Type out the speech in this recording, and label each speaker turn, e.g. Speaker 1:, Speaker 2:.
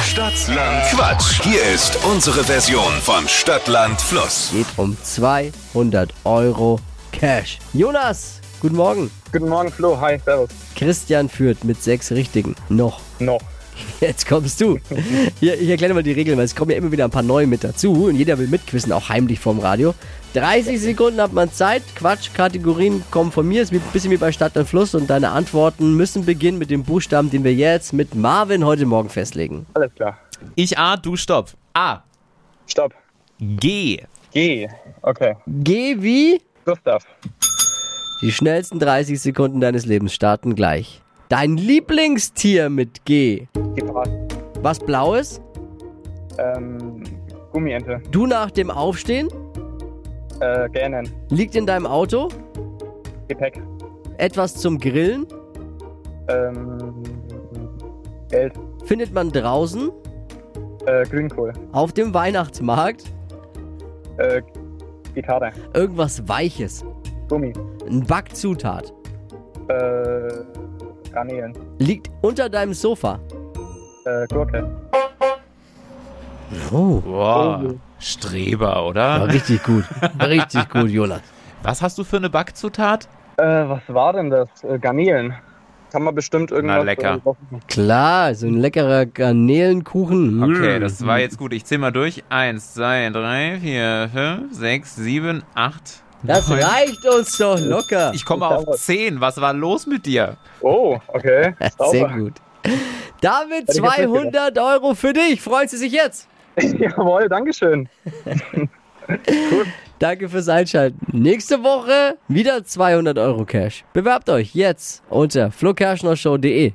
Speaker 1: Stadtland Quatsch. Hier ist unsere Version von Stadtland Fluss.
Speaker 2: geht um 200 Euro Cash. Jonas, guten Morgen.
Speaker 3: Guten Morgen, Flo. Hi, servus.
Speaker 2: Christian führt mit sechs Richtigen. Noch.
Speaker 3: Noch.
Speaker 2: Jetzt kommst du. Hier, ich erkläre mal die Regeln, weil es kommen ja immer wieder ein paar neue mit dazu und jeder will mitquissen, auch heimlich vorm Radio. 30 Sekunden hat man Zeit. Quatsch, Kategorien kommen von mir. Ist wie- ein bisschen wie bei Stadt und Fluss und deine Antworten müssen beginnen mit dem Buchstaben, den wir jetzt mit Marvin heute Morgen festlegen.
Speaker 3: Alles klar.
Speaker 4: Ich A, du Stopp. A.
Speaker 3: Stopp.
Speaker 4: G.
Speaker 3: G. Okay.
Speaker 2: Geh wie?
Speaker 3: Gustav.
Speaker 2: Die schnellsten 30 Sekunden deines Lebens starten gleich. Dein Lieblingstier mit G.
Speaker 3: Gepard.
Speaker 2: Was Blaues?
Speaker 3: Ähm, Gummiente.
Speaker 2: Du nach dem Aufstehen?
Speaker 3: Äh, Gähnen.
Speaker 2: Liegt in deinem Auto?
Speaker 3: Gepäck.
Speaker 2: Etwas zum Grillen?
Speaker 3: Ähm, Geld.
Speaker 2: Findet man draußen?
Speaker 3: Äh, Grünkohl.
Speaker 2: Auf dem Weihnachtsmarkt?
Speaker 3: Äh, Gitarre.
Speaker 2: Irgendwas Weiches?
Speaker 3: Gummi.
Speaker 2: Ein Backzutat?
Speaker 3: Äh, Garnelen.
Speaker 2: Liegt unter deinem Sofa?
Speaker 3: Äh, Gurke.
Speaker 2: Oh,
Speaker 4: Boah. Streber,
Speaker 2: war
Speaker 4: oder?
Speaker 2: richtig gut. Richtig gut, Jonas.
Speaker 4: Was hast du für eine Backzutat?
Speaker 3: Äh, was war denn das? Äh, Garnelen. Kann man bestimmt irgendwas...
Speaker 4: Na, lecker.
Speaker 3: äh,
Speaker 2: Klar, so ein leckerer Garnelenkuchen.
Speaker 4: Okay,
Speaker 2: Mm.
Speaker 4: das war jetzt gut. Ich zähl mal durch. Eins, zwei, drei, vier, fünf, sechs, sieben, acht.
Speaker 2: das
Speaker 4: neun.
Speaker 2: reicht uns doch locker.
Speaker 4: Ich komme auf zehn. Was war los mit dir?
Speaker 3: oh, okay.
Speaker 2: Sehr
Speaker 3: Sauber.
Speaker 2: gut. Damit
Speaker 3: Hätte ich jetzt nicht
Speaker 2: 200 Euro für dich. Freuen Sie sich jetzt.
Speaker 3: Jawohl, Dankeschön.
Speaker 2: Danke fürs Einschalten. Nächste Woche wieder 200 Euro Cash. Bewerbt euch jetzt unter flokerschnershow.de.